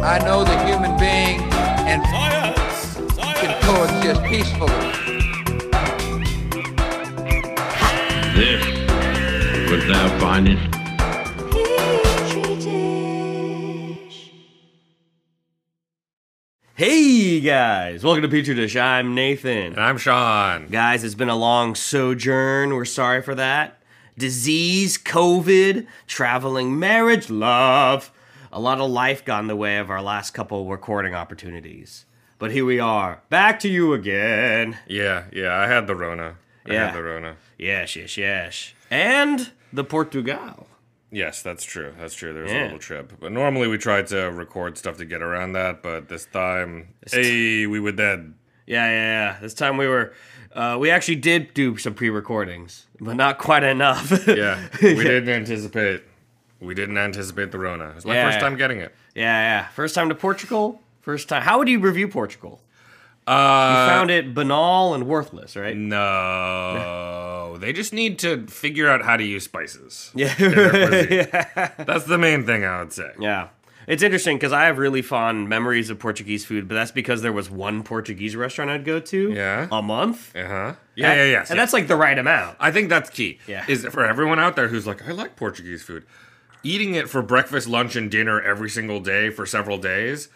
I know the human being and Science! can Science! coexist peacefully. This was thou findest. Hey guys, welcome to Petri Dish. I'm Nathan. And I'm Sean. Guys, it's been a long sojourn. We're sorry for that. Disease, COVID, traveling, marriage, love. A lot of life got in the way of our last couple recording opportunities. But here we are, back to you again. Yeah, yeah, I had the Rona. I Yeah. had the Rona. Yes, yes, yes. And the Portugal. Yes, that's true. That's true. There was Yeah. a little trip. But normally we try to record stuff to get around that, but this time, hey, we were dead. Yeah, yeah, yeah. This time we were, uh, we actually did do some pre-recordings, but not quite enough. Yeah, we didn't anticipate. We didn't anticipate the Rona. It's my Yeah. first time getting it. Yeah, yeah. First time to Portugal. First time. How would you review Portugal? You Uh, found it banal and worthless, right? no. they just need to figure out how to use spices. Yeah. That's the main thing I would say. yeah. It's interesting because I have really fond memories of Portuguese food, but that's because there was one Portuguese restaurant I'd go to Yeah. a month. Uh huh. Yeah, yeah, yeah. And that's like the right amount. I think that's key. Yeah. Is for everyone out there who's like, I like Portuguese food. Eating it for breakfast, lunch, and dinner every single day for several days,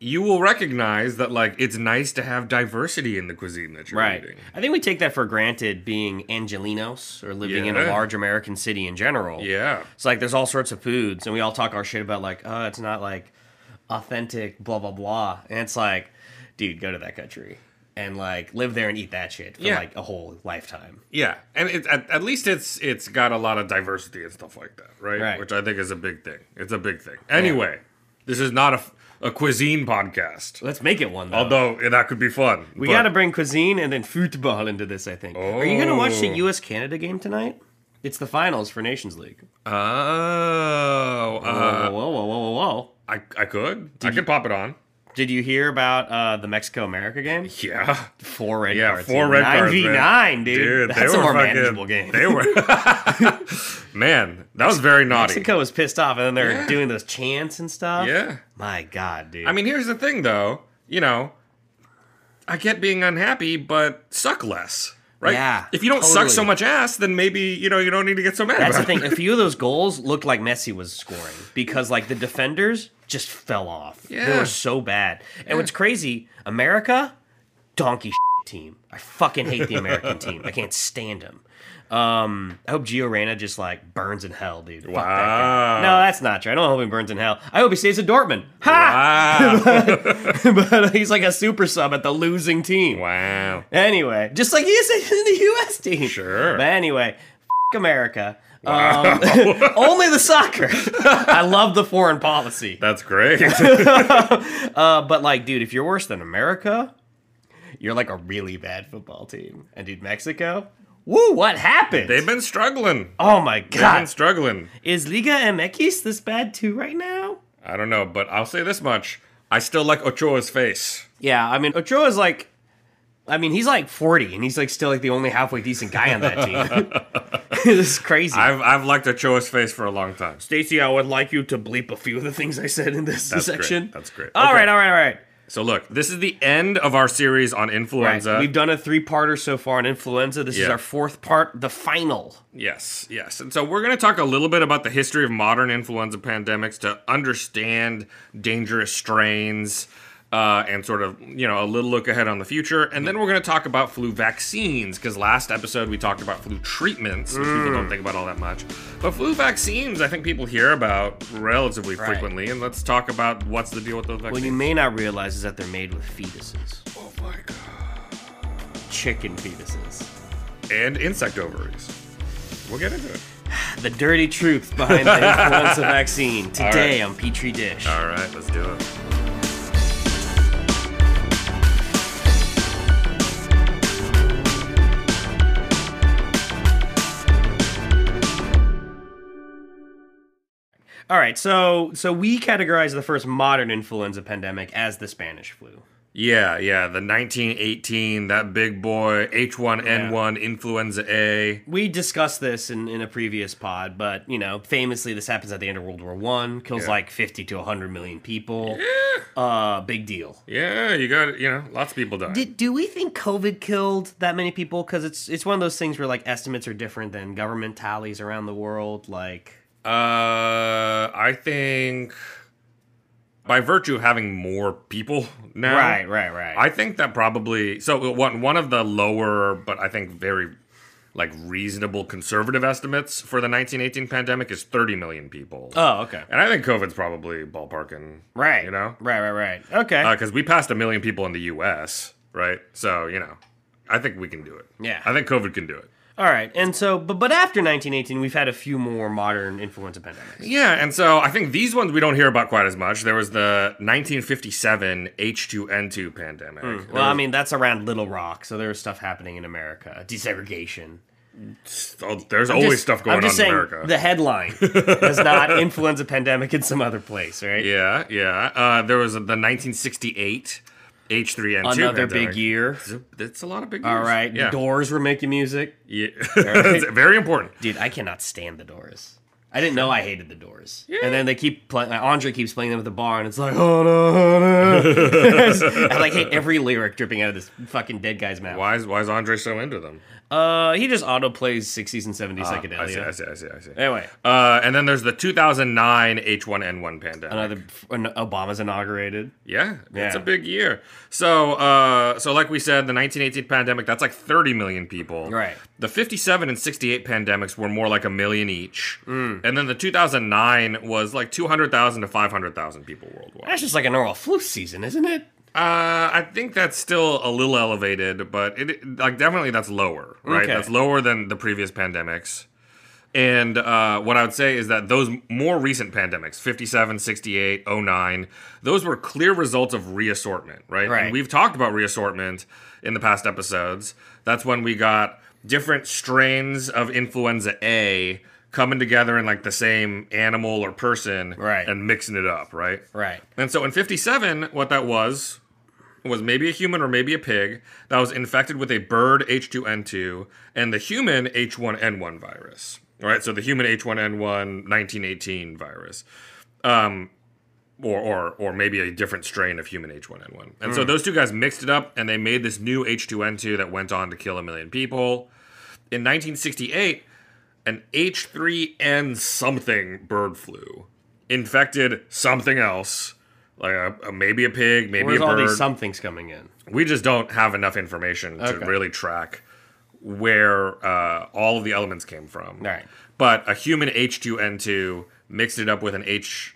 you will recognize that like it's nice to have diversity in the cuisine that you're Right. eating. I think we take that for granted being Angelinos or living in a Yeah. large American city in general. Yeah. It's like there's all sorts of foods, and we all talk our shit about like, oh, it's not like authentic, blah blah blah. And it's like, dude, go to that country and like live there and eat that shit for Yeah. like a whole lifetime. Yeah. And it, at, at least it's it's got a lot of diversity and stuff like that, right? Right. Which I think is a big thing. It's a big thing. Anyway, this is not a, f- a cuisine podcast. Let's make it one. Though. Although eh, that could be fun. we but- got to bring cuisine and then football into this. I think. Are you gonna watch the Oh. U.S. Canada game tonight? It's the finals for Nations League. Oh, whoa, uh, whoa, whoa, whoa, whoa, whoa! I, I could. I could pop it on. Did you hear about uh, the Mexico America game? Yeah. Four red Yeah, cards. four dude. red cards. man. 9v9, dude. That's a more manageable game. They were. man, that was very naughty. Mexico was pissed off, and then they're Yeah. doing those chants and stuff. Yeah. My God, dude. I mean, here's the thing, though. You know, I get being unhappy, but suck less, right? Yeah, If you don't suck totally. so much ass, then maybe you know you don't need to get so mad. that's the about thing. It. A few of those goals looked like Messi was scoring because, like, the defenders just fell off. They Yeah. were so bad. And what's crazy, America, donkey shit team. I fucking hate the American team. I can't stand them. Um, I hope Gio Reyna just like burns in hell, dude. Fuck that guy. Wow. No, that's not true. I don't hope he burns in hell. I hope he stays at Dortmund. Ha! Wow. but he's like a super sub at the losing team. wow. Anyway, just like he is in the U.S. team. Sure. But anyway, f- America. Um, only the soccer. I love the foreign policy. That's great. Uh, but like, dude, if you're worse than America, you're like a really bad football team. And dude, Mexico. Woo! What happened? They've been struggling. oh my They've been god. struggling. Is Liga MX this bad too right now? I don't know, but I'll say this much: I still like Ochoa's face. Yeah, I mean, Ochoa's like, I mean, he's like 40, and he's like still like the only halfway decent guy on that team. this is crazy. I've I've liked Ochoa's face for a long time. Stacy, I would like you to bleep a few of the things I said in this That's great. section. That's great. All Okay. right, all right, all right. So look, this is the end of our series on influenza. We've done a three-parter so far on influenza. This is Yeah. our fourth part, the final. yes, yes. And so we're going to talk a little bit about the history of modern influenza pandemics to understand dangerous strains uh, and sort of, you know, a little look ahead on the future. And then we're going to talk about flu vaccines because last episode we talked about flu treatments, which people Mm. don't think about all that much. But flu vaccines, I think people hear about relatively Right. frequently. And let's talk about what's the deal with those vaccines. What you may not realize is that they're made with fetuses, oh my God. chicken fetuses. And insect ovaries. We'll get into it. The dirty truth behind the influenza vaccine right. today on Petri Dish. All right, let's do it. All right, so so we categorize the first modern influenza pandemic as the Spanish flu. Yeah, yeah, the 1918, that big boy H1N1 influenza A. We discussed this in, in a previous pod, but you know, famously, this happens at the end of World War One, kills Yeah. like fifty to hundred million people. Uh, big deal. Yeah, you got, you know, lots of people died. Did, do we think COVID killed that many people? Because it's it's one of those things where like estimates are different than government tallies around the world. Like, Uh, I think by virtue of having more people now, Right, right, right. I think that probably so one one of the lower, but I think very like reasonable conservative estimates for the 1918 pandemic is 30 million people. oh, okay, and I think COVID's probably ballparking, right, You know, Uh, right, right, right. Okay, because we passed a million people in the U.S., right? So you know, I think we can do it. Yeah. I think COVID can do it. all right. And so, but but after 1918, we've had a few more modern influenza pandemics. Yeah, and so I think these ones we don't hear about quite as much. There was the 1957 H2N2 pandemic. There Well, I was mean, that's around Little Rock, so there was stuff happening in America. Desegregation. st- there's always Just- stuff going I'm just on in saying America. The headline is not influenza pandemic in some other place, right? yeah, yeah. Uh, there was the 1968 H3N2 Another pandemic. big year. It's a- That's a lot of big years. All right. Yeah. The Doors were making music. Yeah. It's very important. Dude, I cannot stand the Doors. I didn't know I hated the Doors. And then they keep playing. Like, Andre keeps playing them at the bar, and it's like, oh no, oh, no. I like hate every lyric dripping out of this fucking dead guy's mouth. Why is why is Andre so into them? Uh, he just auto plays sixties and seventies Ah, psychedelia. I see, I see, I see, I see. Anyway. Uh, and then there's the 2009 H1N1 pandemic. Another an, Obama's inaugurated. Yeah, it's a Yeah. big year. So, uh, so like we said, the 1918 pandemic that's like 30 million people. Right. The 57 and 68 pandemics were more like a million each, Mm. and then the 2009 was like 200,000 to 500,000 people worldwide. That's just like a normal flu season, isn't it? Uh, I think that's still a little elevated, but it like definitely that's lower, right? Okay. That's lower than the previous pandemics. And uh, what I would say is that those more recent pandemics, 57, 68, 09, those were clear results of reassortment, right? Right. And we've talked about reassortment in the past episodes. That's when we got different strains of influenza A coming together in like the same animal or person Right. and mixing it up, right? Right. And so in 57, what that was was maybe a human or maybe a pig that was infected with a bird H2N2 and the human H1N1 virus. All right, so the human H1N1 1918 virus. Um or, or, or maybe a different strain of human H1N1. Hmm. And so those two guys mixed it up and they made this new H2N2 that went on to kill a million people. In 1968, an H3N something bird flu infected something else, like a, a- maybe a pig, maybe Where's a all bird. these somethings coming in? we just don't have enough information to Okay. really track where uh, all of the elements came from. Right. But a human H2N2 mixed it up with an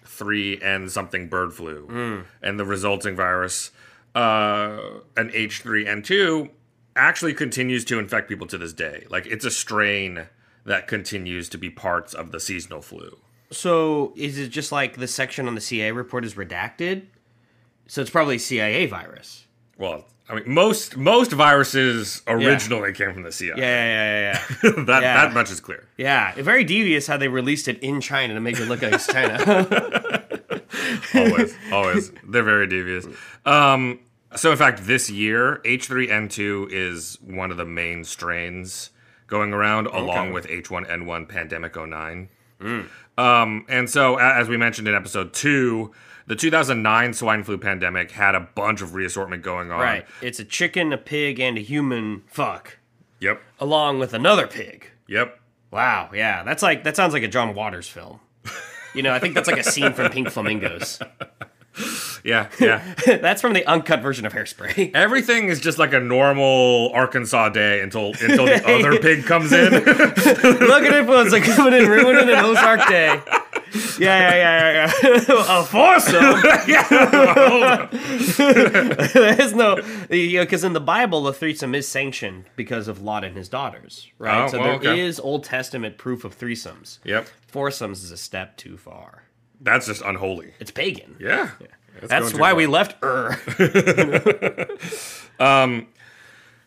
H3N something bird flu, Hmm. and the resulting virus, uh, an H3N2, actually continues to infect people to this day. Like it's a strain that continues to be parts of the seasonal flu. So is it just like the section on the CIA report is redacted? So it's probably CIA virus. Well, I mean, most most viruses originally came from the CIA. Yeah, yeah, yeah, yeah. that Yeah. that much is clear. yeah. yeah. Very devious how they released it in China to make it look like it's China. always, always. They're very devious. Um, so, in fact, this year, H3N2 is one of the main strains going around, along with H1N1 Pandemic 09. Mm. Um, and so, a- as we mentioned in episode two, the 2009 swine flu pandemic had a bunch of reassortment going on. right. It's a chicken, a pig, and a human. Fuck. Yep. Along with another pig. Yep. Wow. Yeah. That's like that sounds like a John Waters film. You know, I think that's like a scene from Pink Flamingos. Yeah. Yeah. that's from the uncut version of Hairspray. Everything is just like a normal Arkansas day until until the other pig comes in. Look at influenza coming in, ruining an Ozark day. Yeah, yeah, yeah, yeah. yeah. a foursome. There's no, you know, because in the Bible, the threesome is sanctioned because of Lot and his daughters, right? Oh, so well, there is okay. Old Testament proof of threesomes. Yep. Foursomes is a step too far. That's just unholy. It's pagan. Yeah. That's going too why far. we left Ur.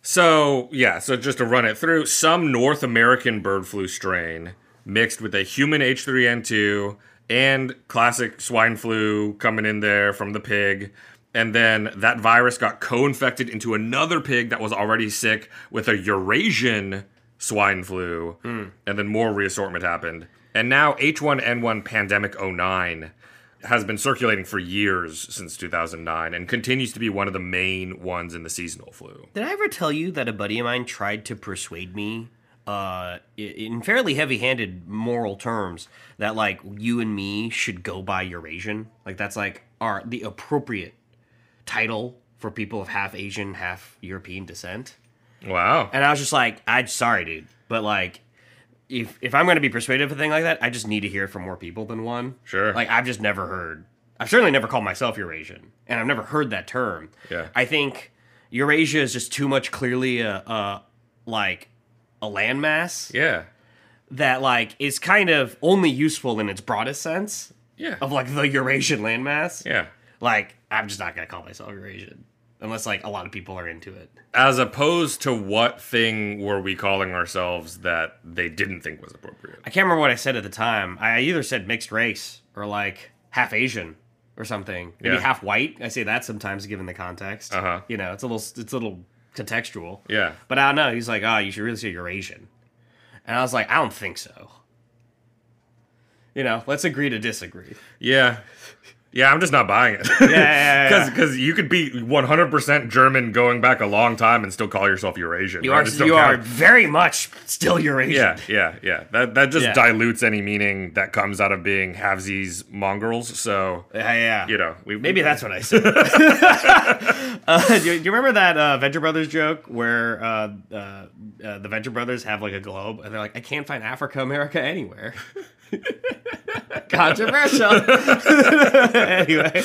So, yeah, so just to run it through, some North American bird flu strain mixed with a human H3N2 and classic swine flu coming in there from the pig. And then that virus got co infected into another pig that was already sick with a Eurasian swine flu. And then more reassortment happened. And now H1N1 Pandemic 09 has been circulating for years since 2009 and continues to be one of the main ones in the seasonal flu. Did I ever tell you that a buddy of mine tried to persuade me, uh, i- in fairly heavy-handed moral terms, that like you and me should go by Eurasian? Like that's like our the appropriate title for people of half Asian, half European descent. Wow. And I was just like, I'm sorry, dude, but like. If, if I'm going to be persuaded of a thing like that, I just need to hear it from more people than one. Sure. Like I've just never heard. I've certainly never called myself Eurasian, and I've never heard that term. Yeah. I think Eurasia is just too much clearly a, a like a landmass Yeah. that like is kind of only useful in its broadest sense Yeah. of like the Eurasian landmass. Yeah. Like I'm just not gonna call myself Eurasian unless like a lot of people are into it. As opposed to what thing were we calling ourselves that they didn't think was appropriate? I can't remember what I said at the time. I either said mixed race or like half Asian or something. Maybe Yeah. half white. I say that sometimes given the context. Uh-huh. You know, it's a little it's a little contextual. Yeah. But I don't know. He's like, oh, you should really say Eurasian. And I was like, I don't think so. You know, let's agree to disagree. Yeah. Yeah, I'm just not buying it. Yeah, yeah, yeah, yeah. Because you could be 100% German going back a long time and still call yourself Eurasian. You I are just don't you are count. very much still Eurasian. Yeah, yeah, yeah. That that just Yeah. dilutes any meaning that comes out of being halvesies mongrels. So Yeah, yeah. you know, we Maybe that's what I said. uh, do, you, do you remember that uh, Venture Brothers joke where uh, uh, uh, the Venture Brothers have like a globe and they're like, I can't find Africa, America anywhere. Controversial. anyway,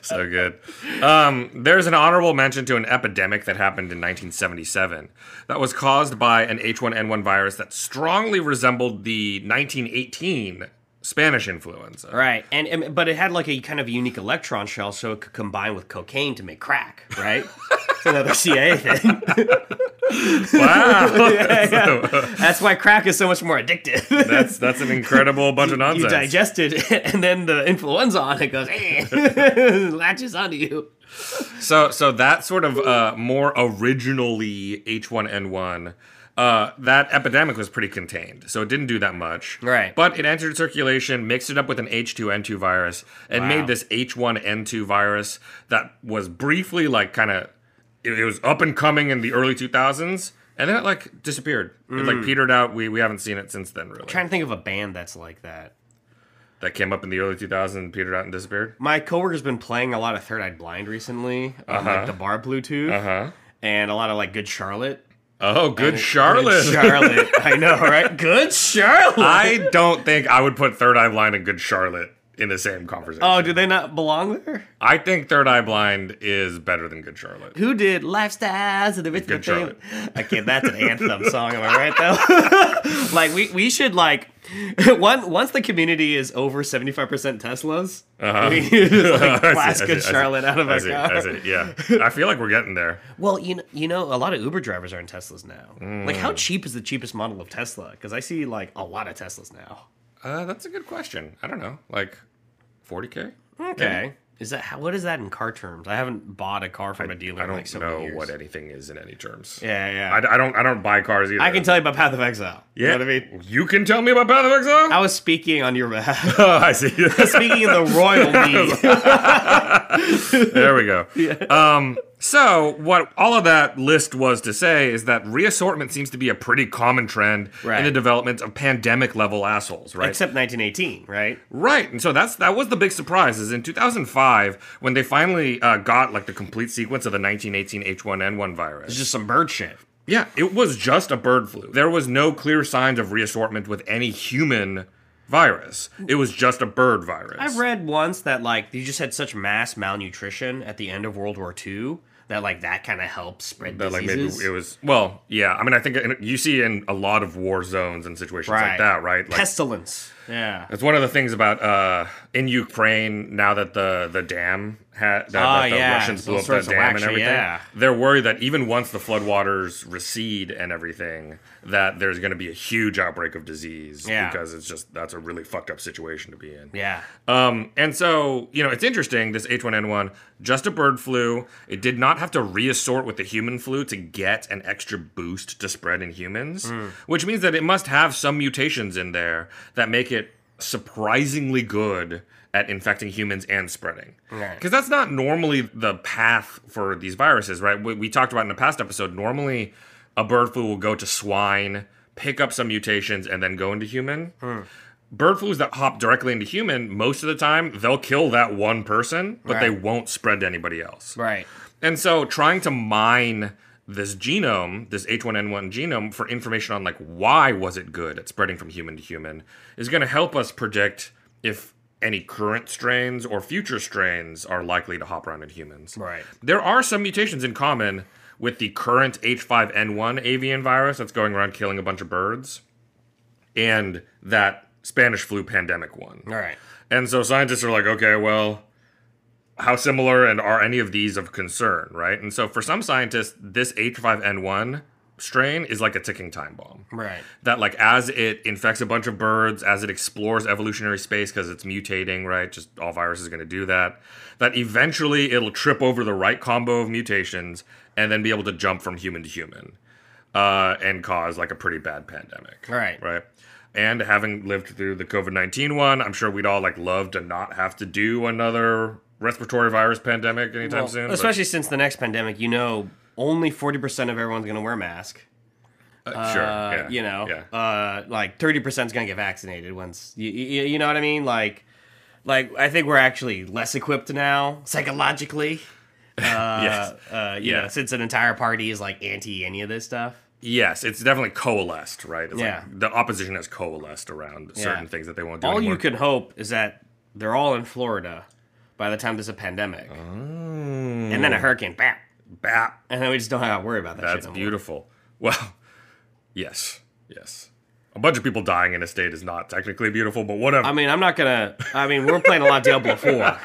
so good. Um, there's an honorable mention to an epidemic that happened in 1977 that was caused by an H1N1 virus that strongly resembled the 1918 Spanish influenza. right, and, and but it had like a kind of unique electron shell, so it could combine with cocaine to make crack. Right, it's another CIA thing. Wow, That's why crack is so much more addictive. that's that's an incredible bunch of nonsense. You digest it, and then the influenza on it goes, eh, latches onto you. So, so that sort of uh, more originally H1N1, uh, that epidemic was pretty contained. So it didn't do that much. Right. But it entered circulation, mixed it up with an H2N2 virus, and made this H1N2 virus that was briefly like kind of, it, it was up and coming in the early 2000s. And then it like disappeared. It like petered out. We we haven't seen it since then, really. trying to think of a band that's like that. that came up in the early 2000s and petered out and disappeared. My coworker's been playing a lot of Third Eye Blind recently on Uh-huh. like the bar Bluetooth, and a lot of like Good Charlotte. Oh, Uh-huh. good Good Charlotte. Charlotte, I know, right? Good Charlotte. I don't think I would put Third Eye Blind and Good Charlotte in the same conversation. oh, do they not belong there? I think Third Eye Blind is better than Good Charlotte. Who did Lifestyles of the Rich Good and Famous? Okay, that's an anthem song, am I right though? like we we should like once once the community is over seventy five percent Teslas, we need to, like, Uh-huh. I see, blast I see, Good I see. Charlotte out of I our see, car. I see, yeah. I feel like we're getting there. Well, you know, you know, a lot of Uber drivers are in Teslas now. Like, Mm. how cheap is the cheapest model of Tesla? Because I see like a lot of Teslas now. Uh, that's a good question. I don't know, like 40k. Okay, is that how, what is that in car terms? I haven't bought a car from a dealer. I don't in, like, so know many years. what anything is in any terms. Yeah, yeah. I, I don't. I don't buy cars either. I can tell you about Path of Exile. Yeah, you know what I mean. you can tell me about Path of Exile. I was speaking on your behalf. oh, I see. Speaking of the royal me, There we go. Um, so what all of that list was to say is that reassortment seems to be a pretty common trend Right. in the development of pandemic level assholes, right? except 1918, right? right. And so that's that was the big surprise is in 2005 when they finally uh, got like the complete sequence of the 1918 H1N1 virus. It's just some bird shit. yeah, it was just a bird flu. There was no clear signs of reassortment with any human virus. It was just a bird virus. I've read once that like you just had such mass malnutrition at the end of World War II that like that kind of helped spread that like maybe diseases. it was well yeah i mean i think it- you see in a lot of war zones and situations like that right like Pestilence. Yeah. That's one of the things about uh, in Ukraine now that the the dam ha- that, Oh, that the yeah, Russians all blew up the sorts of dam whack and shit, everything. yeah. They're worried that even once the floodwaters recede and everything, that there's going to be a huge outbreak of disease Yeah. because it's just that's a really fucked up situation to be in. Yeah. Um, and so, you know, it's interesting, this H1N1, just a bird flu. It did not have to reassort with the human flu to get an extra boost to spread in humans, which means that it must have some mutations in there that make it surprisingly good at infecting humans and spreading. Right. Because that's not normally the path for these viruses, right? We, we talked about in a past episode, normally a bird flu will go to swine, pick up some mutations, and then go into human bird flus that hop directly into human, most of the time they'll kill that one person, but they Right. won't spread to anybody else. Right. And so trying to mine this genome, this H1N1 genome for information on like why was it good at spreading from human to human is going to help us predict if any current strains or future strains are likely to hop around in humans. Right. There are some mutations in common with the current H5N1 avian virus that's going around killing a bunch of birds and that Spanish flu pandemic one. All right. And so scientists are like, okay, well, how similar and are any of these of concern, right? And so for some scientists, this H5N1 strain is like a ticking time bomb. Right. That like as it infects a bunch of birds, as it explores evolutionary space because it's mutating, right? Just all viruses are going to do that. That eventually it'll trip over the right combo of mutations and then be able to jump from human to human uh, and cause like a pretty bad pandemic. Right. Right. And having lived through the COVID 19 one, I'm sure we'd all like love to not have to do another respiratory virus pandemic anytime Well, soon. but- especially since the next pandemic, you know, only 40% of everyone's going to wear a mask. Uh, sure. Uh, yeah, You know, Yeah. uh, like 30% is going to get vaccinated once, you, you, you know what I mean? Like, like I think we're actually less equipped now psychologically. yes. Uh, uh, you Yeah. know, since an entire party is like anti any of this stuff. Yes, it's definitely coalesced, right? It's Yeah. Like the opposition has coalesced around certain things that they won't do. All anymore. you could hope is that they're all in Florida by the time there's a Oh. pandemic, and then a hurricane, bam, Bap. and then we just don't have to worry about that. That's shit no more. beautiful. Well, yes, yes. A bunch of people dying in a state is not technically beautiful, but whatever. I mean, I'm not gonna. I mean, we're playing a lot of Diablo Four.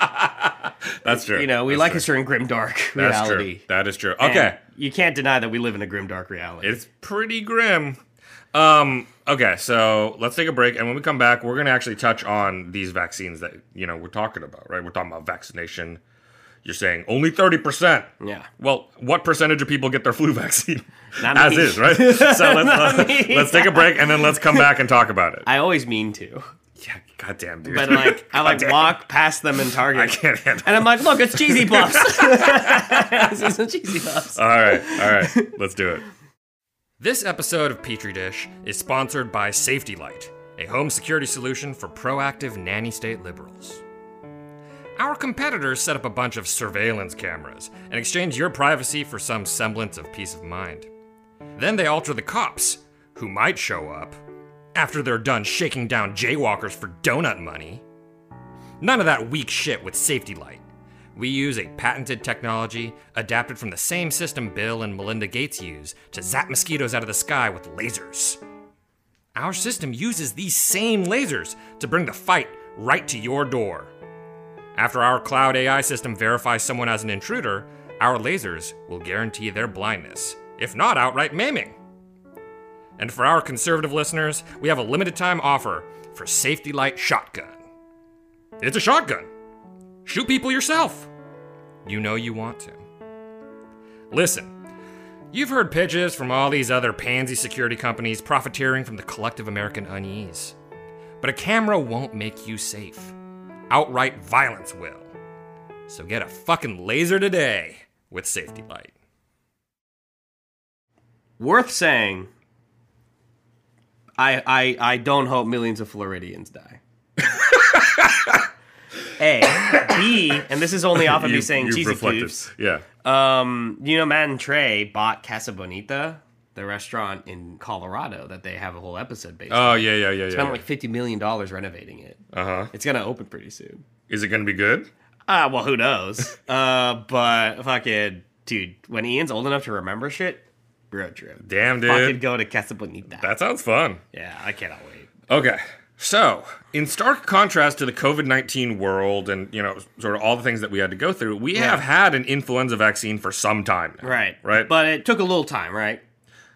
That's true. You know, we That's like true. a certain grim dark That's reality. true. That is true. And Okay. you can't deny that we live in a grim dark reality. It's pretty grim. Um, okay, so let's take a break, and when we come back, we're gonna actually touch on these vaccines that you know we're talking about, right? We're talking about vaccination. You're saying only thirty percent. Yeah. Well, what percentage of people get their flu vaccine? Not As me. is, right? So let's, let's, me. let's take a break, and then let's come back and talk about it. I always mean to, yeah, goddamn, dude. but like I like Goddamn. walk past them in Target. I can't handle. And I'm like, look, it's cheesy puffs. this isn't cheesy puffs. All right, all right, let's do it. This episode of Petri Dish is sponsored by Safety Light, a home security solution for proactive nanny state liberals. Our competitors set up a bunch of surveillance cameras and exchange your privacy for some semblance of peace of mind. Then they alter the cops, who might show up, after they're done shaking down jaywalkers for donut money. None of that weak shit with Safety Light. We use a patented technology adapted from the same system Bill and Melinda Gates use to zap mosquitoes out of the sky with lasers. Our system uses these same lasers to bring the fight right to your door. After our cloud AI system verifies someone as an intruder, our lasers will guarantee their blindness, if not outright maiming. And for our conservative listeners, we have a limited time offer for Safety Light Shotgun. It's a shotgun. Shoot people yourself. You know you want to. Listen, you've heard pitches from all these other pansy security companies profiteering from the collective American unease. But a camera won't make you safe. Outright violence will. So get a fucking laser today with Safety Light. Worth saying. I, I I don't hope millions of Floridians die. A, B, and this is only off of me saying cheesy goofs. Yeah. Um, you know, Matt and Trey bought Casa Bonita, the restaurant in Colorado that they have a whole episode based. on. Oh, yeah, yeah, yeah, Spent yeah. like fifty million dollars renovating it. Uh huh. It's gonna open pretty soon. Is it going to be good? Uh, well, who knows? uh, but fucking dude, when Ian's old enough to remember shit, road trip. Damn, Fucking dude. go to Casa Bonita. That sounds fun. yeah, I cannot wait. Okay. So, in stark contrast to the COVID 19 world and, you know, sort of all the things that we had to go through, we have had an influenza vaccine for some time now. Right. Right. But it took a little time, right?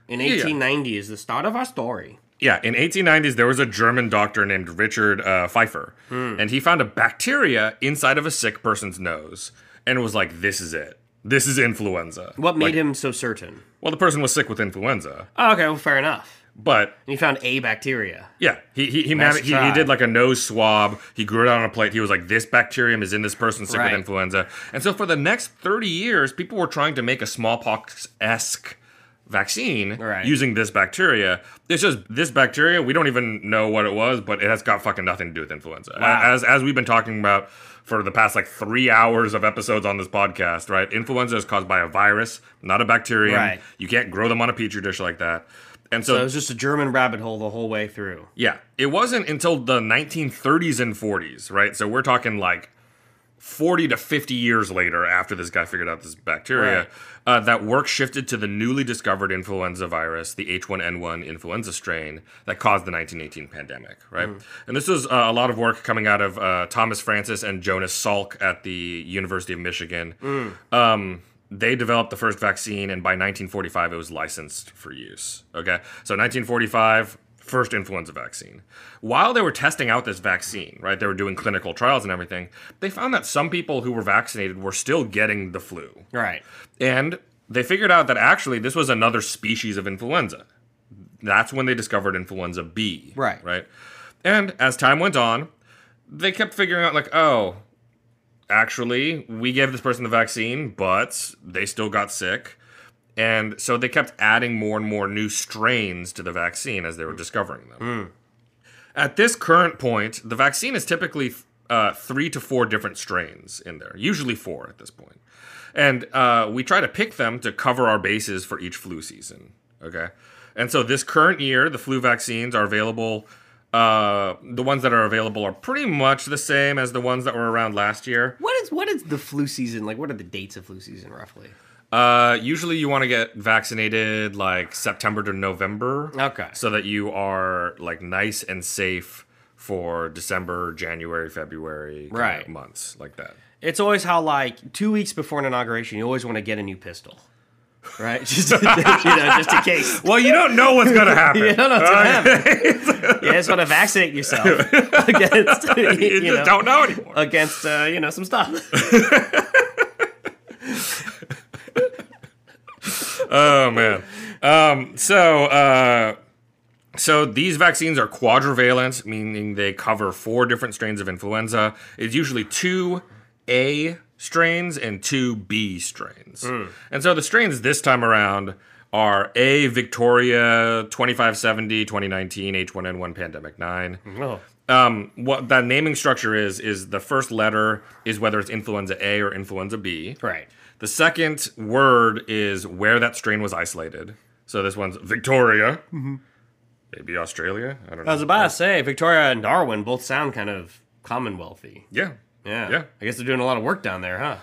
In yeah. 1890 is the start of our story. Yeah, in 1890s, there was a German doctor named Richard uh, Pfeiffer, Hmm. and he found a bacteria inside of a sick person's nose and was like, this is it. This is influenza. What made Like, him so certain? Well, the person was sick with influenza, Oh, okay, well, fair enough. but And he found a bacteria. Yeah, he he he, Nice managed, he, try. he did like a nose swab. He grew it out on a plate. He was like, "This bacterium is in this person sick Right. with influenza." And so for the next thirty years, people were trying to make a smallpox esque vaccine Right. using this bacteria. It's just this bacteria. We don't even know what it was, but it has got fucking nothing to do with influenza. Wow. As as we've been talking about for the past like three hours of episodes on this podcast, right? Influenza is caused by a virus, not a bacterium. Right. You can't grow them on a petri dish like that. And So it was just a German rabbit hole the whole way through. yeah, it wasn't until the 1930s and 40s, right? So we're talking like 40 to 50 years later after this guy figured out this bacteria Right. uh, that work shifted to the newly discovered influenza virus, the H1N1 influenza strain that caused the 1918 pandemic, right? And this was uh, a lot of work coming out of uh, Thomas Francis and Jonas Salk at the University of Michigan. Um, they developed the first vaccine, and by 1945, it was licensed for use. Okay, so 1945, first influenza vaccine. While they were testing out this vaccine, right, they were doing clinical trials and everything. They found that some people who were vaccinated were still getting the flu, Right. and they figured out that actually this was another species of influenza. That's when they discovered influenza B. Right. Right. And as time went on, they kept figuring out, like, oh, actually, we gave this person the vaccine, but they still got sick. And so they kept adding more and more new strains to the vaccine as they were discovering them. At this current point, the vaccine is typically uh, three to four different strains in there, usually four at this point. And uh, we try to pick them to cover our bases for each flu season. Okay. And so this current year, the flu vaccines are available. Uh, the ones that are available are pretty much the same as the ones that were around last year. What is what is the flu season like? What are the dates of flu season roughly? Uh, usually, you want to get vaccinated like September to November. Okay. So that you are like nice and safe for December, January, February kinda Right. months like that. It's always how like two weeks before an inauguration, you always want to get a new pistol, right? Just you know, just in case. Well, you don't know what's gonna happen. You don't know what's gonna happen. you just want to vaccinate yourself against You you just know, don't know anymore. against uh, you know some stuff. Oh man. Um, so uh, so these vaccines are quadrivalent, meaning they cover four different strains of influenza. It's usually two A strains and two B strains. And so the strains this time around are A Victoria 2570 2019 H1N1 pandemic 9. Hmm. Um, what that naming structure is is the first letter is whether it's influenza A or influenza B. Right. The second word is where that strain was isolated. So this one's Victoria. Maybe Australia. I don't know. I Mm-hmm. was about to say Victoria and Darwin both sound kind of Commonwealthy. yeah. Yeah. Yeah. I guess they're doing a lot of work down there, huh?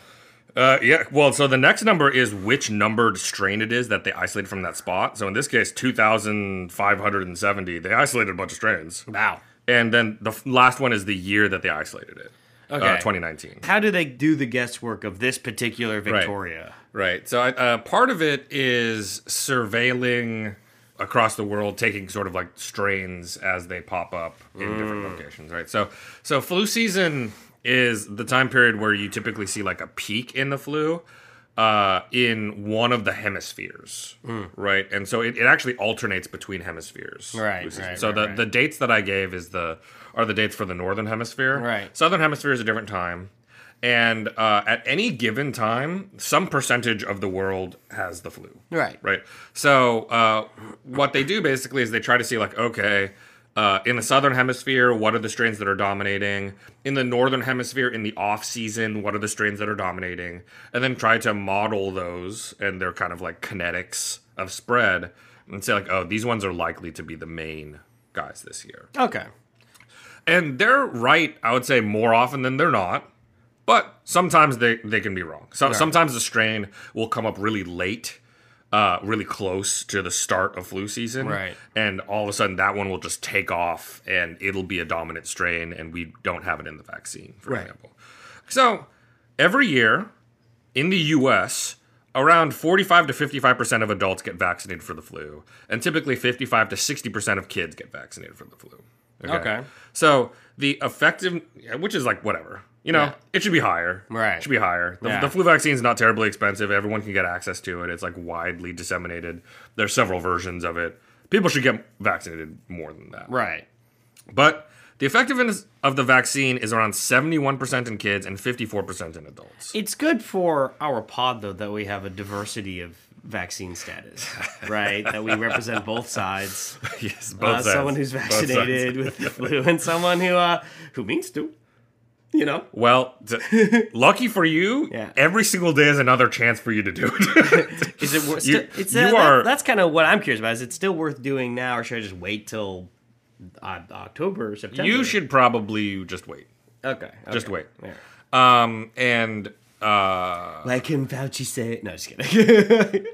Uh, yeah. Well, so the next number is which numbered strain it is that they isolated from that spot. So in this case, 2,570. They isolated a bunch of strains. Wow. And then the f- last one is the year that they isolated it. Uh, Okay. 2019. How do they do the guesswork of this particular Victoria? Right. So I, uh, part of it is surveilling across the world, taking sort of like strains as they pop up in Mm. different locations. Right. So so flu season is the time period where you typically see like a peak in the flu uh, in one of the hemispheres. Mm. Right. And so it, it actually alternates between hemispheres. Right, flu season. right, so right, the, right. the dates that I gave is the are the dates for the northern hemisphere. Right. Southern hemisphere is a different time. And uh, at any given time, some percentage of the world has the flu. Right. Right. So uh, what they do basically is they try to see like, okay, uh, in the southern hemisphere, what are the strains that are dominating? In the northern hemisphere, in the off season, what are the strains that are dominating? And then try to model those and their kind of like kinetics of spread and say like, oh, these ones are likely to be the main guys this year. Okay. And they're right, I would say, more often than they're not. But sometimes they, they can be wrong. So, Sometimes the strain will come up really late. uh, really close to the start of flu season. Right. And all of a sudden, that one will just take off and it'll be a dominant strain, and we don't have it in the vaccine, for Right. example. So every year in the US, around 45 to 55% of adults get vaccinated for the flu, and typically 55 to 60% of kids get vaccinated for the flu. Okay. So the effective, which is like whatever, you know, it should be higher. Right. It should be higher. The, Yeah. the flu vaccine is not terribly expensive. Everyone can get access to it. It's like widely disseminated. There's several versions of it. People should get vaccinated more than that. Right. But the effectiveness of the vaccine is around 71% in kids and 54% in adults. It's good for our pod though that we have a diversity of vaccine status, right? that we represent both sides. yes, both Uh, sides. someone who's Both sides. vaccinated with the flu and someone who uh, who means to, you know. Well, t- lucky for you, Yeah. every single day is another chance for you to do it. Is it worth? You- it's, you uh, that- are- that's kind of what I'm curious about. Is it still worth doing now, or should I just wait till uh, October, or September? you should probably just wait. Okay, Just okay. wait. Yeah. Um, and uh, Like him, Fauci say. No, just kidding.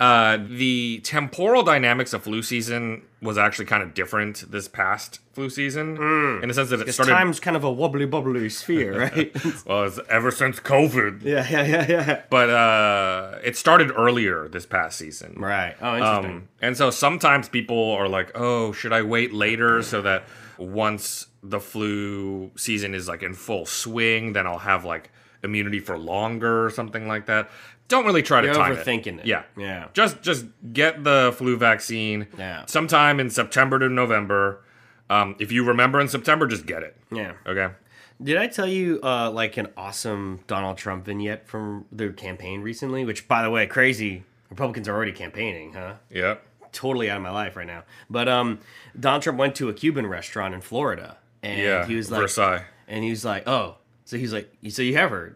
uh, the temporal dynamics of flu season was actually kind of different this past flu season in the sense that it Hmm. Because started. time's kind of a wobbly bobbly sphere, right? well, it's ever since COVID, yeah, yeah, yeah, yeah. but uh, it started earlier this past season. Right. Oh, interesting. Um, and so sometimes people are like, oh, should I wait later so that once the flu season is like in full swing, then I'll have like immunity for longer or something like that. Don't really try You're to time overthinking it. Yeah, Yeah. Just just get the flu vaccine. Yeah. Sometime in September to November. Um, if you remember in September, just get it. yeah. Okay. Did I tell you uh, like an awesome Donald Trump vignette from their campaign recently? Which, by the way, crazy. Republicans are already campaigning, huh? Yeah. Totally out of my life right now. But um, Donald Trump went to a Cuban restaurant in Florida, and Yeah. he was like, Versailles. and he was like, oh, so he's like, so you have heard.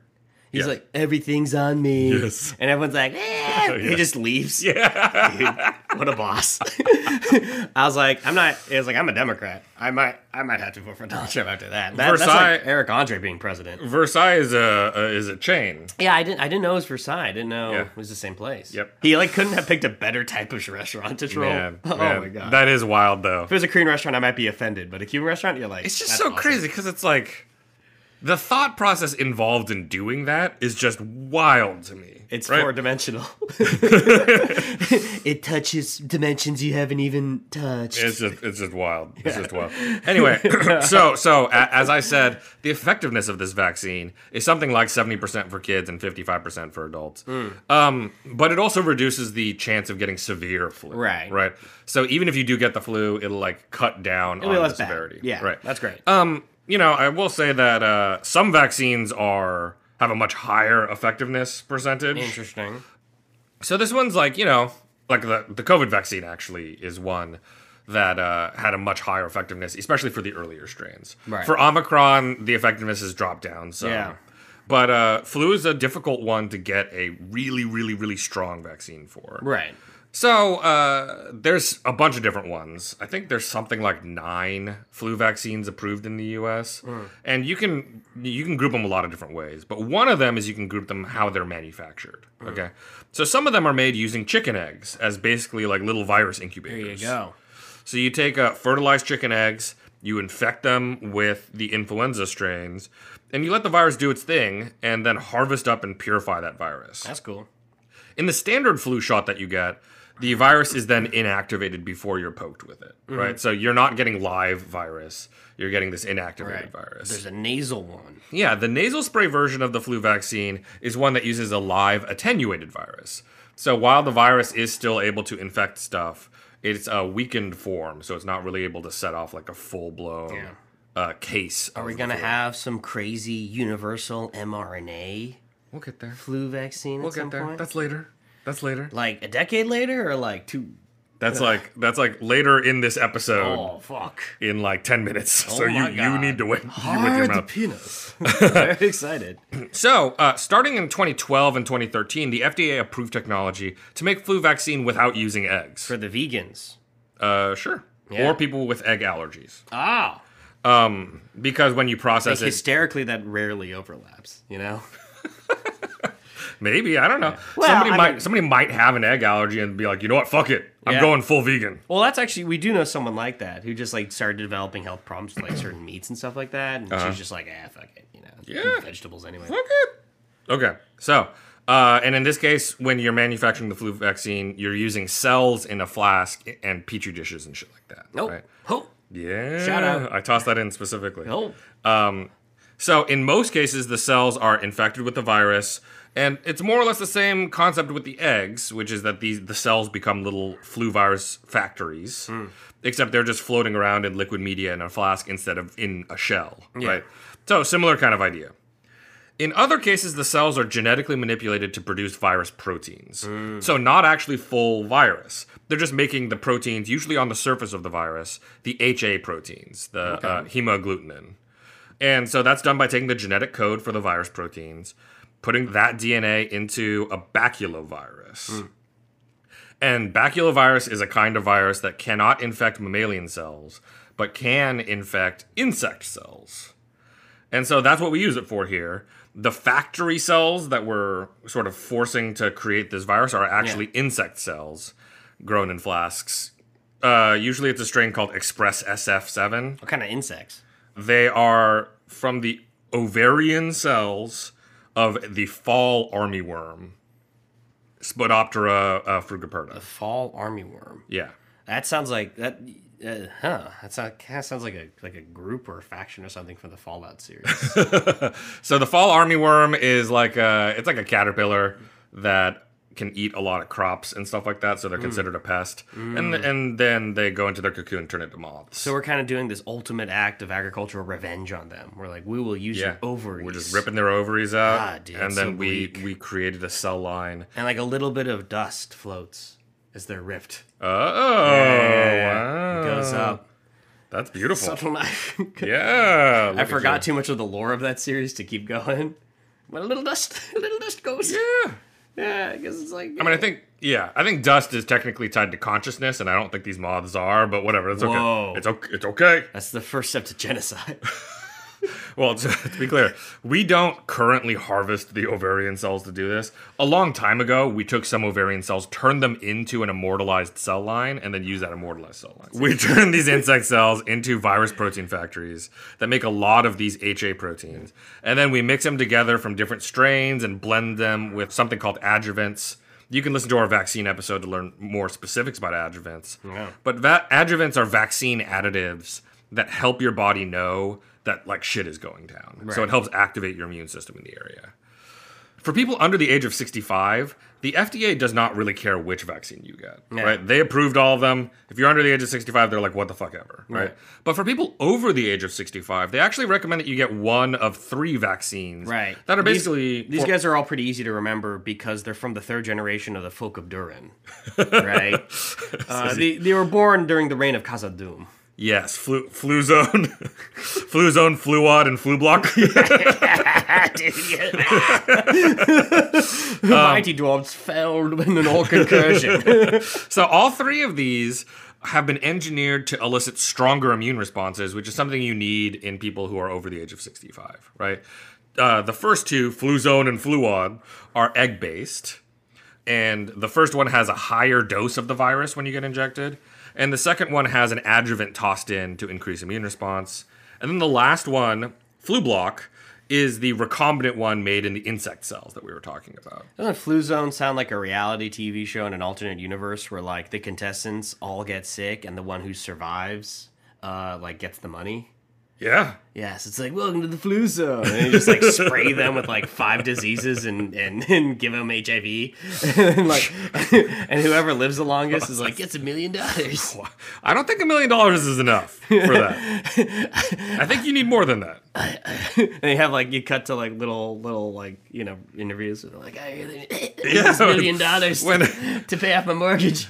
He's Yes. like, everything's on me. Yes. Oh, And everyone's like, eh. he just leaves. Yeah. what a boss. I was like, I'm not, it was like, I'm a Democrat. I might, I might have to vote for Donald Trump after that. that that's Versailles- like Eric Andre being president. Versailles is a, a is a chain. Yeah. I didn't, I didn't know it was Versailles. I didn't know Yeah. it was the same place. Yep. He like couldn't have picked a better type of restaurant to troll. Man, oh man, my God. that is wild though. if it was a Korean restaurant, I might be offended, but a Cuban restaurant, you're like, It's just that's so awesome. crazy because it's like the thought process involved in doing that is just wild to me. It's right? four dimensional. it touches dimensions you haven't even touched. It's just it's just wild. It's just wild. Anyway, so so a, as I said, the effectiveness of this vaccine is something like seventy percent for kids and fifty five percent for adults. Hmm. Um, but it also reduces the chance of getting severe flu. Right. Right. So even if you do get the flu, it'll like cut down be on less the bad. severity. Yeah, Right. that's great. Um, you know, I will say that uh, some vaccines are have a much higher effectiveness percentage. Interesting. So this one's like, you know, like the, the COVID vaccine actually is one that uh, had a much higher effectiveness, especially for the earlier strains. Right. For Omicron, the effectiveness has dropped down. So, Yeah. but uh, flu is a difficult one to get a really, really, really strong vaccine for. Right. So uh, there's a bunch of different ones. I think there's something like nine flu vaccines approved in the U.S. Hmm. And you can you can group them a lot of different ways. But one of them is you can group them how they're manufactured. Hmm. Okay, so some of them are made using chicken eggs as basically like little virus incubators. There you go. So you take uh, fertilized chicken eggs, you infect them with the influenza strains, and you let the virus do its thing, and then harvest up and purify that virus. That's cool. In the standard flu shot that you get, the virus is then inactivated before you're poked with it, Mm-hmm. right? So you're not getting live virus. You're getting this inactivated virus. There's a nasal one. yeah, the nasal spray version of the flu vaccine is one that uses a live attenuated virus. So while the virus is still able to infect stuff, it's a weakened form, so it's not really able to set off like a full blown Yeah. uh, case. Are of we the gonna flu. have some crazy universal mRNA We'll get there. flu vaccine We'll at some get there. point? That's later. That's later. like a decade later, or like two That's like that's like later in this episode. Oh fuck! in like 10 minutes. so you, Oh my you God. need to wait you with your Hard the mouth. penis. Very excited. So, uh, starting in 2012 and 2013, the FDA approved technology to make flu vaccine without using eggs. For the vegans. Uh, sure. Yeah. Or people with egg allergies. Ah, Um, because when you process like it, hysterically, that rarely overlaps. You know, Maybe I don't know. Well, somebody I might mean- somebody might have an egg allergy and be like, you know what, fuck it, I'm Yeah. going full vegan. Well, that's actually we do know someone like that who just like started developing health problems with like certain meats and stuff like that, and she's just like, ah, fuck it, you know, Uh-huh. Yeah. vegetables anyway. Okay, so uh, and in this case, when you're manufacturing the flu vaccine, you're using cells in a flask and petri dishes and shit like that. Nope. right? Oh. Yeah. Shout out. I tossed that in specifically. Oh. Um, so in most cases, the cells are infected with the virus, and it's more or less the same concept with the eggs, which is that these the cells become little flu virus factories, Hmm. except they're just floating around in liquid media in a flask instead of in a shell, right? So similar kind of idea. In other cases, the cells are genetically manipulated to produce virus proteins. So, not actually full virus. They're just making the proteins, usually on the surface of the virus, the HA proteins, the uh, hemagglutinin. And so that's done by taking the genetic code for the virus proteins, putting that DNA into a baculovirus. And baculovirus is a kind of virus that cannot infect mammalian cells, but can infect insect cells. And so that's what we use it for here. The factory cells that we're sort of forcing to create this virus are actually insect cells grown in flasks. Uh, usually it's a strain called Express SF7 What kind of insects? they are from the ovarian cells of the fall army worm, Spodoptera uh, frugiperta. Fall army worm. Yeah. That sounds like that. Uh, huh? That's not, kind of sounds like a like a group or a faction or something from the Fallout series. So the fall army worm is like a, it's like a caterpillar that can eat a lot of crops and stuff like that. So Hmm. they're considered a pest, and and then they go into their cocoon and turn into moths. so we're kind of doing this ultimate act of agricultural revenge on them. We're like, we will use yeah, your ovaries. We're just ripping their ovaries out, Ah, dude, and so then we bleak. we created a cell line. and like a little bit of dust floats as they're ripped. Oh, It goes wow. up. That's beautiful. Subtle knife. Yeah. I forgot too much of the lore of that series to keep going. But a little dust, a little dust goes. Yeah. Yeah, because it's like. I mean, I think, yeah, I think dust is technically tied to consciousness, and I don't think these moths are, but whatever. It's Whoa. okay. It's okay. It's okay. that's the first step to genocide. Well, to, to be clear, we don't currently harvest the ovarian cells to do this. A long time ago, we took some ovarian cells, turned them into an immortalized cell line, and then used that immortalized cell line. We turned these insect cells into virus protein factories that make a lot of these HA proteins. And then we mix them together from different strains and blend them with something called adjuvants. You can listen to our vaccine episode to learn more specifics about adjuvants. But va- adjuvants are vaccine additives that help your body know that like shit is going down. So it helps activate your immune system in the area. For people under the age of 65, the FDA does not really care which vaccine you get, right? They approved all of them. If you're under the age of 65, they're like, what the fuck ever, right? But for people over the age of 65, they actually recommend that you get one of three vaccines that are These- basically These, for- guys are all pretty easy to remember because they're from the third generation of the folk of Durin. Right? uh, they, they were born during the reign of Khazad-dûm. Yes, flu, flu zone, flu zone, fluod, and flu block. The mighty dwarves fell in an all concursion. so all three of these have been engineered to elicit stronger immune responses, which is something you need in people who are over the age of 65, right? Uh, the first two, fluzone and fluon, are egg-based, and the first one has a higher dose of the virus when you get injected, and the second one has an adjuvant tossed in to increase immune response, and then the last one, flublock, is the recombinant one made in the insect cells that we were talking about. Doesn't Flu Zone sound like a reality TV show in an alternate universe where like the contestants all get sick and the one who survives uh, like gets the money? Yeah, Yes, it's like welcome to the flu zone, and you just like spray them with like five diseases and and, and give them HIV, and like and whoever lives the longest is like gets a million dollars. I don't think a million dollars is enough for that. I think you need more than that. And they have like you cut to like little little like you know interviews and they're like I really need Yeah, this million dollars when- to, to pay off my mortgage.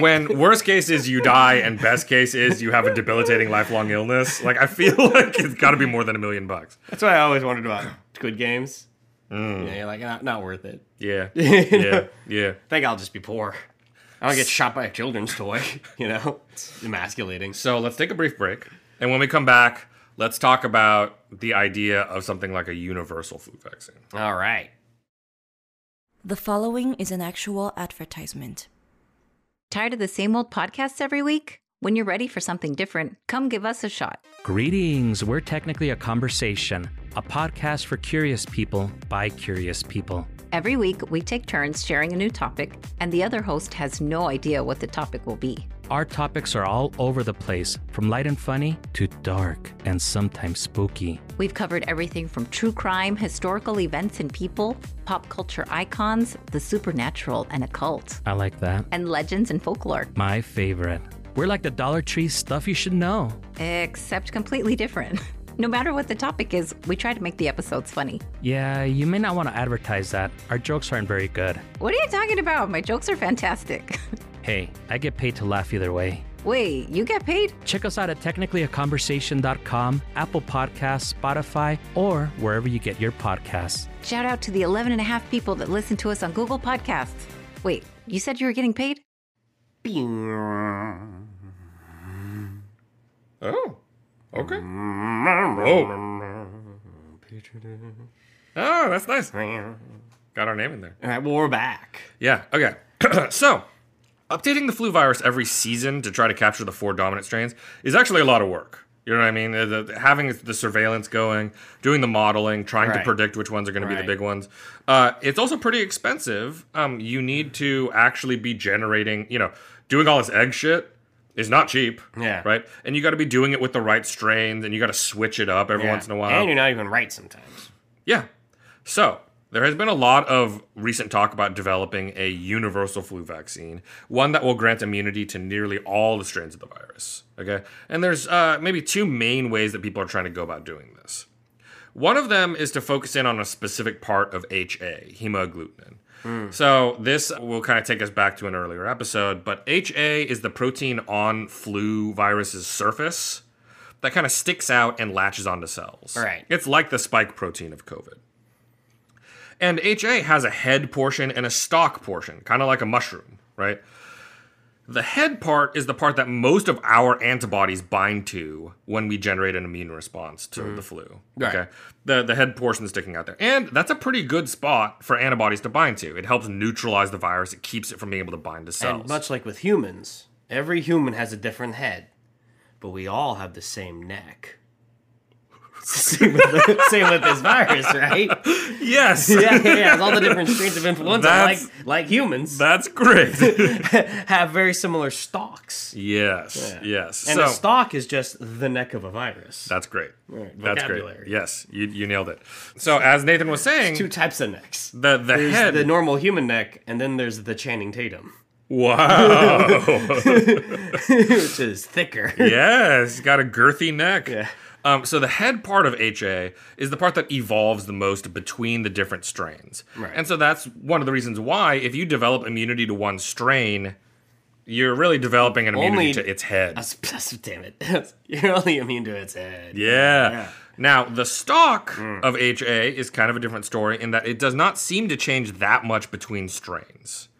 When worst case is you die, and best case is you have a debilitating lifelong illness. Like I feel like it's got to be more than a million bucks. Mm, That's what I always wondered about Squid Games. Hmm. Yeah, you're like "Ah, not, not worth it. Yeah, yeah, yeah. think I'll just be poor. I don't get shot by a children's toy. You know, it's emasculating. So let's take a brief break, and when we come back, let's talk about the idea of something like a universal flu vaccine. All right. The following is an actual advertisement. Tired of the same old podcasts every week? When you're ready for something different, come give us a shot. Greetings. We're technically a conversation, a podcast for curious people by curious people. Every week, we take turns sharing a new topic, and the other host has no idea what the topic will be. Our topics are all over the place, from light and funny to dark and sometimes spooky. We've covered everything from true crime, historical events and people, pop culture icons, the supernatural and occult, I like that. and legends and folklore, My favorite. We're like the Dollar Tree stuff you should know. except completely different. No matter what the topic is, we try to make the episodes funny. Yeah, you may not want to advertise that. Our jokes aren't very good. What are you talking about? My jokes are fantastic. Hey, I get paid to laugh either way. Wait, you get paid? Check us out at technicallyaconversation.com, Apple Podcasts, Spotify, or wherever you get your podcasts. Shout out to the 11 and a half people that listen to us on Google Podcasts. Wait, you said you were getting paid? Oh, okay. Oh. Oh, that's nice. Got our name in there. All right, well, we're back. Yeah. Okay. so, updating the flu virus every season to try to capture the four dominant strains is actually a lot of work. You know what I mean? The- the- having the surveillance going, doing the modeling, trying to Right. predict which ones are going to be Right. the big ones. Uh, it's also pretty expensive. Um, you need to actually be generating, you know, doing all this egg shit is not cheap. Yeah. Right? And you got to be doing it with the right strains and you got to switch it up every Yeah. once in a while. And you're not even right sometimes. Yeah. So there has been a lot of recent talk about developing a universal flu vaccine, one that will grant immunity to nearly all the strains of the virus. Okay. And there's uh, maybe two main ways that people are trying to go about doing this. One of them is to focus in on a specific part of HA, hemagglutinin. So this will kind of take us back to an earlier episode, but HA is the protein on flu virus's surface that kind of sticks out and latches onto cells. Right. It's like the spike protein of COVID. And HA has a head portion and a stalk portion, kind of like a mushroom, right? The head part is the part that most of our antibodies bind to when we generate an immune response to the flu. Mm-hmm. Right. Okay. The the head portion is sticking out there. And that's a pretty good spot for antibodies to bind to. It helps neutralize the virus, it keeps it from being able to bind to cells. And much like with humans, every human has a different head, but we all have the same neck. same, with the- same with this virus, right? yes. Yeah, yeah, yeah. It's all the different strains of influenza, like, That's- like humans, That's great. have very similar stalks. yes. Yes. And so, a stalk is just the neck of a virus. that's great. Right, That's great. vocabulary. Yes, you, you nailed it. So as Nathan was saying, Two types of necks. the the There's head. the normal human neck, and then there's the Channing Tatum, wow. which is thicker. yeah, it's got a girthy neck. Um, so the head part of HA is the part that evolves the most between the different strains. Right. And so that's one of the reasons why if you develop immunity to one strain, you're really developing an immunity Only- to its head. That's, that's damn it. You're only immune to its head. Yeah. Now, the stalk of HA is kind of a different story in that it does not seem to change that much between strains.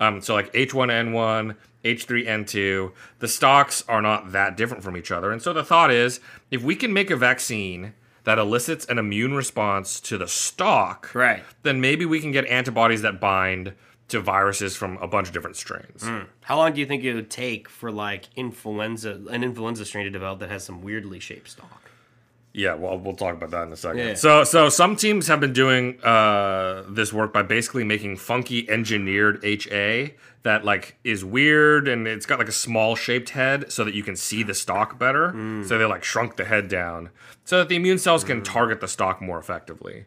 Um, so, like H1N1, H3N2, the stalks are not that different from each other. And so the thought is if we can make a vaccine that elicits an immune response to the stalk, Right. then maybe we can get antibodies that bind to viruses from a bunch of different strains. How long do you think it would take for like influenza, an influenza strain to develop that has some weirdly shaped stalk? Yeah, well, we'll talk about that in a second. Yeah. So, so some teams have been doing uh, this work by basically making funky engineered HA that like is weird and it's got like a small shaped head so that you can see the stalk better. So they like shrunk the head down so that the immune cells can target the stalk more effectively.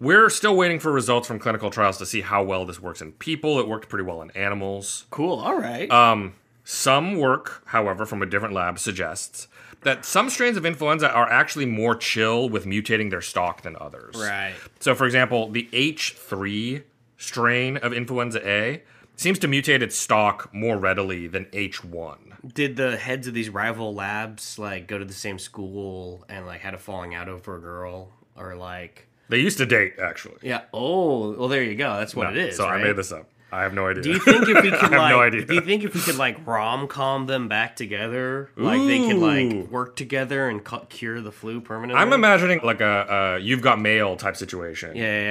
We're still waiting for results from clinical trials to see how well this works in people. It worked pretty well in animals. Cool. All right. Uh, Some work, however, from a different lab suggests that some strains of influenza are actually more chill with mutating their stalk than others. right. So, for example, the H3 strain of influenza A seems to mutate its stalk more readily than H1. Did the heads of these rival labs like go to the same school and like had a falling out over a girl or like? They used to date, actually. Yeah. Oh, well, there you go. That's what it is. So right? I made this up. I have no idea. Do you think if we could I have like? no idea. Do you think if we could like rom com them back together, like they could Ooh. like work together and cu- cure the flu permanently? I'm imagining like a, a you've got mail type situation. Yeah, yeah,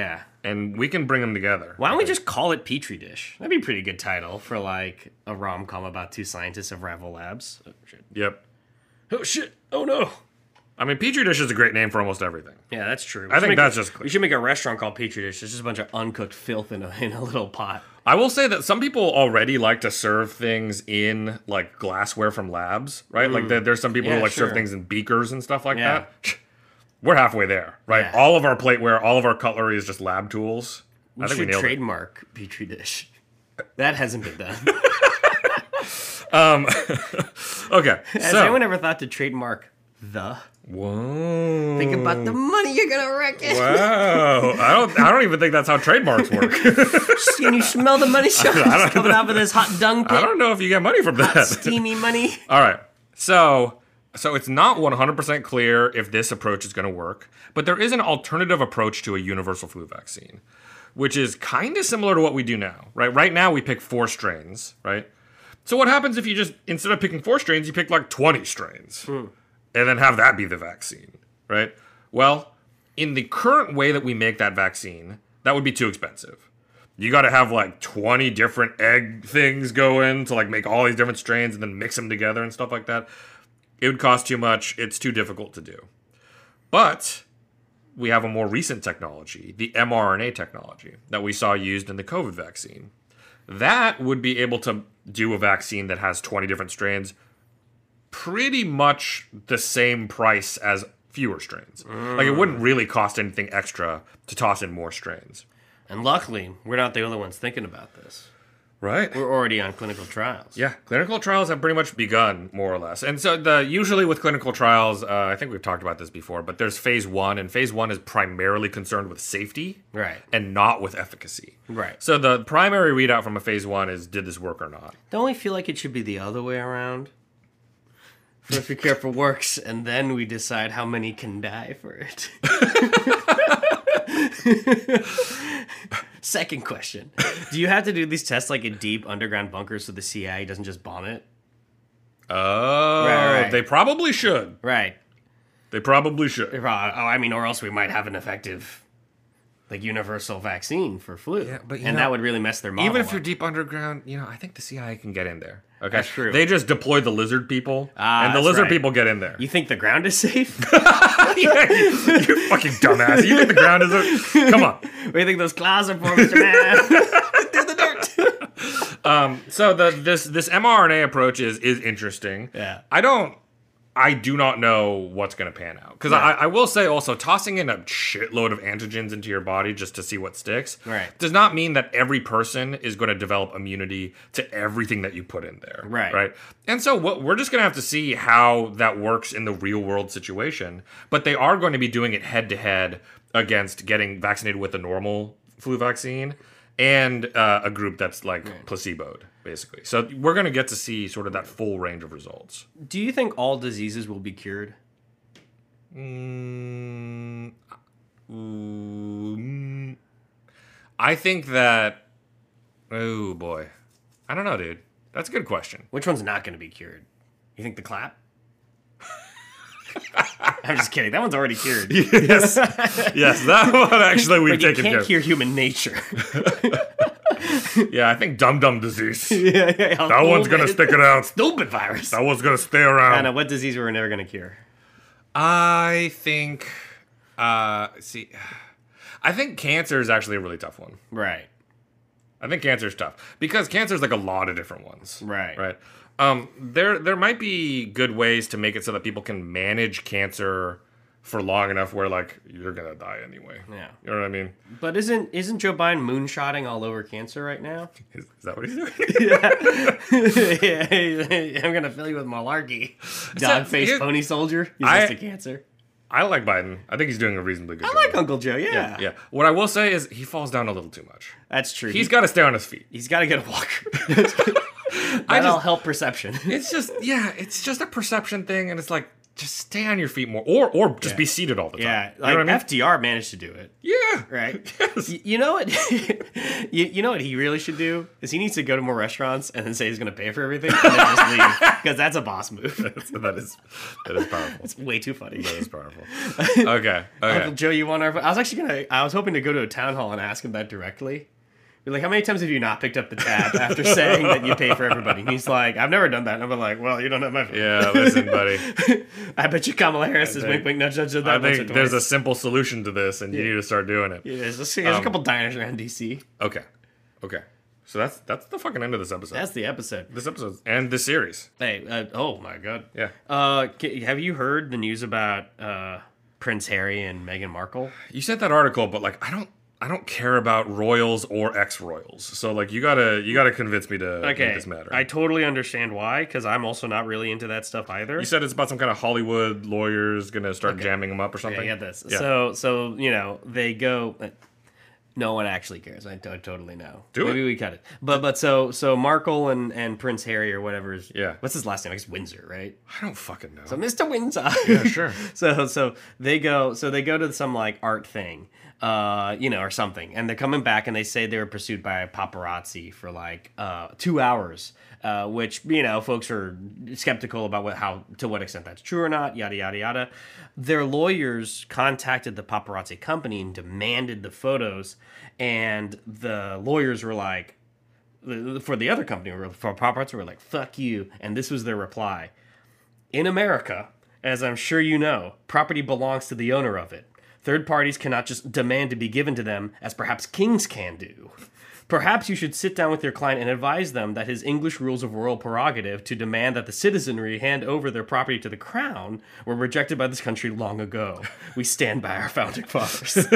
yeah. and we can bring them together. Why don't we just call it Petri Dish? That'd be a pretty good title for like a rom com about two scientists of rival labs. Oh shit. Yep. Oh shit. Oh no. I mean, Petri dish is a great name for almost everything. Yeah, that's true. We I should think make that's a- just- We should make a restaurant called Petri Dish. It's just a bunch of uncooked filth in a, in a little pot. I will say that some people already like to serve things in like glassware from labs, right? Like there, there's some people Yeah, who like sure. serve things in beakers and stuff like Yeah. that. We're halfway there, right? Yeah. All of our plateware, all of our cutlery is just lab tools. We I think we should nailed it. trademark Petri Dish. That hasn't been done. Okay, Has so anyone ever thought to trademark the? Whoa. Think about the Hmm. money you're gonna wreck it. wow, I don't, I don't even think that's how trademarks work. Can you smell the money shot just coming out of this hot dung I pit? don't know if you get money from that. Steamy money. All right. So so it's not 100% clear if this approach is going to work, but there is an alternative approach to a universal flu vaccine, which is kind of similar to what we do now, right? Right now we pick 4 strains, right? So what happens if you just instead of picking 4 strains, you pick like 20 strains and then have that be the vaccine, right? Well, in the current way that we make that vaccine, that would be too expensive. You got to have like 20 different egg things go in to like make all these different strains and then mix them together and stuff like that. It would cost too much. It's too difficult to do. But we have a more recent technology, the mRNA technology that we saw used in the COVID vaccine. That would be able to do a vaccine that has 20 different strains pretty much the same price as fewer strains. Like it wouldn't really cost anything extra to toss in more strains. And luckily, we're not the only ones thinking about this. Right. We're already on clinical trials. Yeah, clinical trials have pretty much begun, more or less. And so, the usually with clinical trials, uh, I think we've talked about this before, but there's phase one, and phase one is primarily concerned with safety, Right. and not with efficacy, Right. So the primary readout from a phase one is did this work or not? Don't we feel like it should be the other way around? First, we care for works, and then we decide how many can die for it. Second question Do you have to do these tests like in deep underground bunkers so the CIA doesn't just bomb it? Oh, Right, right. they probably should. Right. They probably should. If, uh, Oh, I mean, or else we might have an effective, like, universal vaccine for flu. Yeah, but you and know- that would really mess their model Even if you're up. deep underground, you know, I think the CIA can get in there. Okay, That's true. They just deploy the lizard people, Ah, and the that's lizard right. people get in there. You think the ground is safe? yeah, you, you fucking dumbass! You think the ground is? A- Come on. what do you think those claws are for, Mr. Man? So the this this mRNA approach is is interesting. Yeah. I don't. I do not know what's going to pan out because I, I will say also tossing in a shitload of antigens into your body just to see what sticks Right. does not mean that every person is going to develop immunity to everything that you put in there Right. right and so what, we're just going to have to see how that works in the real world situation but they are going to be doing it head to head against getting vaccinated with a normal flu vaccine and uh, a group that's like placeboed basically so we're going to get to see sort of that full range of results Do you think all diseases will be cured? Mm, mm, I think that. Oh boy, I don't know, dude. That's a good question. Which one's not going to be cured? You think the clap? I'm just kidding. That one's already cured. Like, yes, yes, that one actually we've you taken can't care. of. cure human nature. Yeah, I think dum dum disease. yeah, yeah, That one's gonna stick it out. Stupid virus. That um, one's gonna stay I know around. what disease we were never going to cure. I think. Uh, see, I think cancer is actually a really tough one. Right. I think cancer's tough because cancer's like a lot of different ones. Right. Right. Um, there there might be good ways to make it so that people can manage cancer for long enough where like you're gonna die anyway. Yeah. You know what I mean? But isn't isn't Joe Biden moonshotting all over cancer right now? Is, is that what he's doing? yeah, I'm gonna fill you with malarkey. Dog face here- pony soldier. He's I- just a cancer. I like Biden. I think he's doing a reasonably good I job. like Uncle Joe. Yeah. Yeah. What I will say is he falls down a little too much. that's true. He's got to stay on his feet. he's got to get a walker. That'll help perception. It's just yeah, it's just a perception thing and it's like just stay on your feet more, or or just be seated all the time. Yeah, You know like what I mean? FDR managed to do it. yeah, Right. Yes. Y- You know what? you, you know what he really should do is he needs to go to more restaurants and then say he's going to pay for everything and then just leave because that's a boss move. that is that is powerful. It's way too funny. That is powerful. Okay, Uncle okay. Joe, you want our? I was actually gonna. I was hoping to go to a town hall and ask him that directly. Be like, how many times have you not picked up the tab after saying that you pay for everybody? And he's like, I've never done that. And I'm like, well, you don't have my. Yeah, listen, buddy. I bet you Kamala Harris is think- wink, wink, nudge, nudge. did That I once think or there's a twice. simple solution to this, and you need to start doing it. Yeah, there's a, Um, there's a couple diners around DC. Okay, okay. So that's that's the fucking end of this episode. That's the episode. this episode and this series. Hey, uh, oh my god. Yeah. Uh, ca- have you heard the news about uh, Prince Harry and Meghan Markle? You sent that article, but like I don't I don't care about royals or ex royals. So like you gotta you gotta convince me to make this matter. I totally understand why, because I'm also not really into that stuff either. you said it's about some kind of Hollywood lawyers gonna start jamming them up or something. I get this. Yeah. So, so you know, they go. No one actually cares. I, to- I totally know. Do Maybe it. we cut it. But but so so Markle and and Prince Harry or whatever is Yeah. What's his last name? I guess Windsor, right? I don't fucking know. So Mr. Windsor. yeah, sure. so so they go so they go to some like art thing uh you know or something and they're coming back and they say they were pursued by paparazzi for like uh two hours uh which you know folks are skeptical about what how to what extent that's true or not yada yada yada their lawyers contacted the paparazzi company and demanded the photos and the lawyers were like for the other company for paparazzi were like fuck you and this was their reply in America, as I'm sure you know, property belongs to the owner of it. Third parties cannot just demand to be given to them, as perhaps kings can do. Perhaps you should sit down with your client and advise them that his English rules of royal prerogative to demand that the citizenry hand over their property to the crown were rejected by this country long ago. We stand by our founding fathers.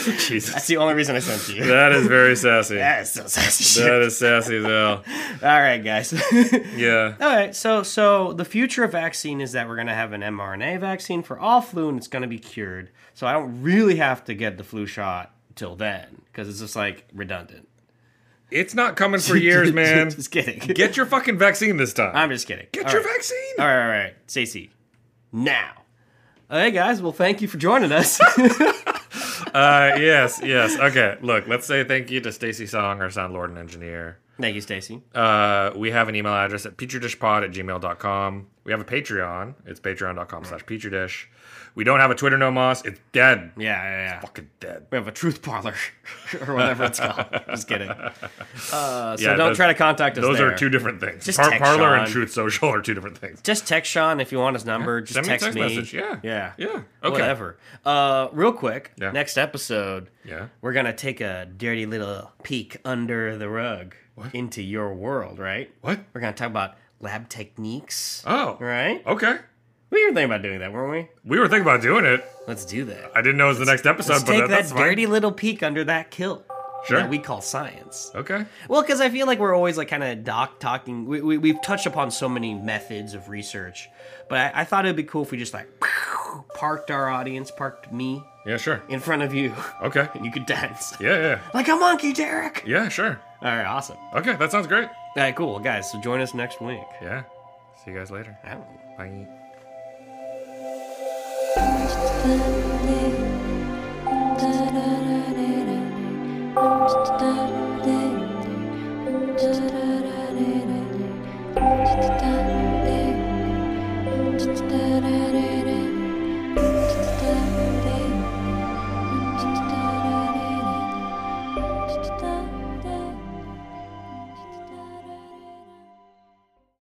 That's Jesus, the only reason I sent to you. that is very sassy. That is so sassy That shit. is sassy as hell. All right, guys. Yeah. All right, so so the future of vaccine is that we're going to have an mRNA vaccine for all flu, and it's going to be cured. So I don't really have to get the flu shot till then because it's just like redundant. It's not coming for years, man. just kidding. Get your fucking vaccine this time. I'm just kidding. Get All your right. vaccine. All right, all right, all right. Stacey. Now. Hey guys, well, thank you for joining us. Uh, yes, yes. Okay, look, let's say thank you to Stacy Song, our sound lord and engineer. thank you, Stacey. Uh, we have an email address at petridishpod at gmail.com. We have a Patreon. It's patreon.com slash petridish. We don't have a Twitter no moss. It's dead. yeah, yeah, yeah. Fucking dead. We have a truth parlor or whatever it's called. just kidding. Uh, so Yeah, don't those- try to contact us. Those there. are two different things. Just Par- text Parlor and Sean. Truth Social are two different things. Just text Sean if you want his number. Just Send me a text text message. Yeah. Yeah. Yeah. Okay. Whatever. Uh, real quick. Yeah. Next episode. Yeah. We're gonna take a dirty little peek under the rug into your world, right? What? We're gonna talk about lab techniques. Oh. Right. Okay. We were thinking about doing that, weren't we? We were thinking about doing it. Let's do that. I didn't know it was the next episode, Let's but take that's that fine. dirty little peek under that kilt Sure. that we call science. Okay. Well, because I feel like we're always like kind of doc talking. We, we, we've touched upon so many methods of research, but I, I thought it'd be cool if we just like parked our audience, parked me Yeah, sure. in front of you, Okay. and you could dance Yeah, yeah. like a monkey, Derek. Yeah, sure. All right, awesome. Okay, that sounds great. All right, cool, Well, guys. So join us next week. Yeah. See you guys later. I don't know. Bye. Da-da-da-da-da.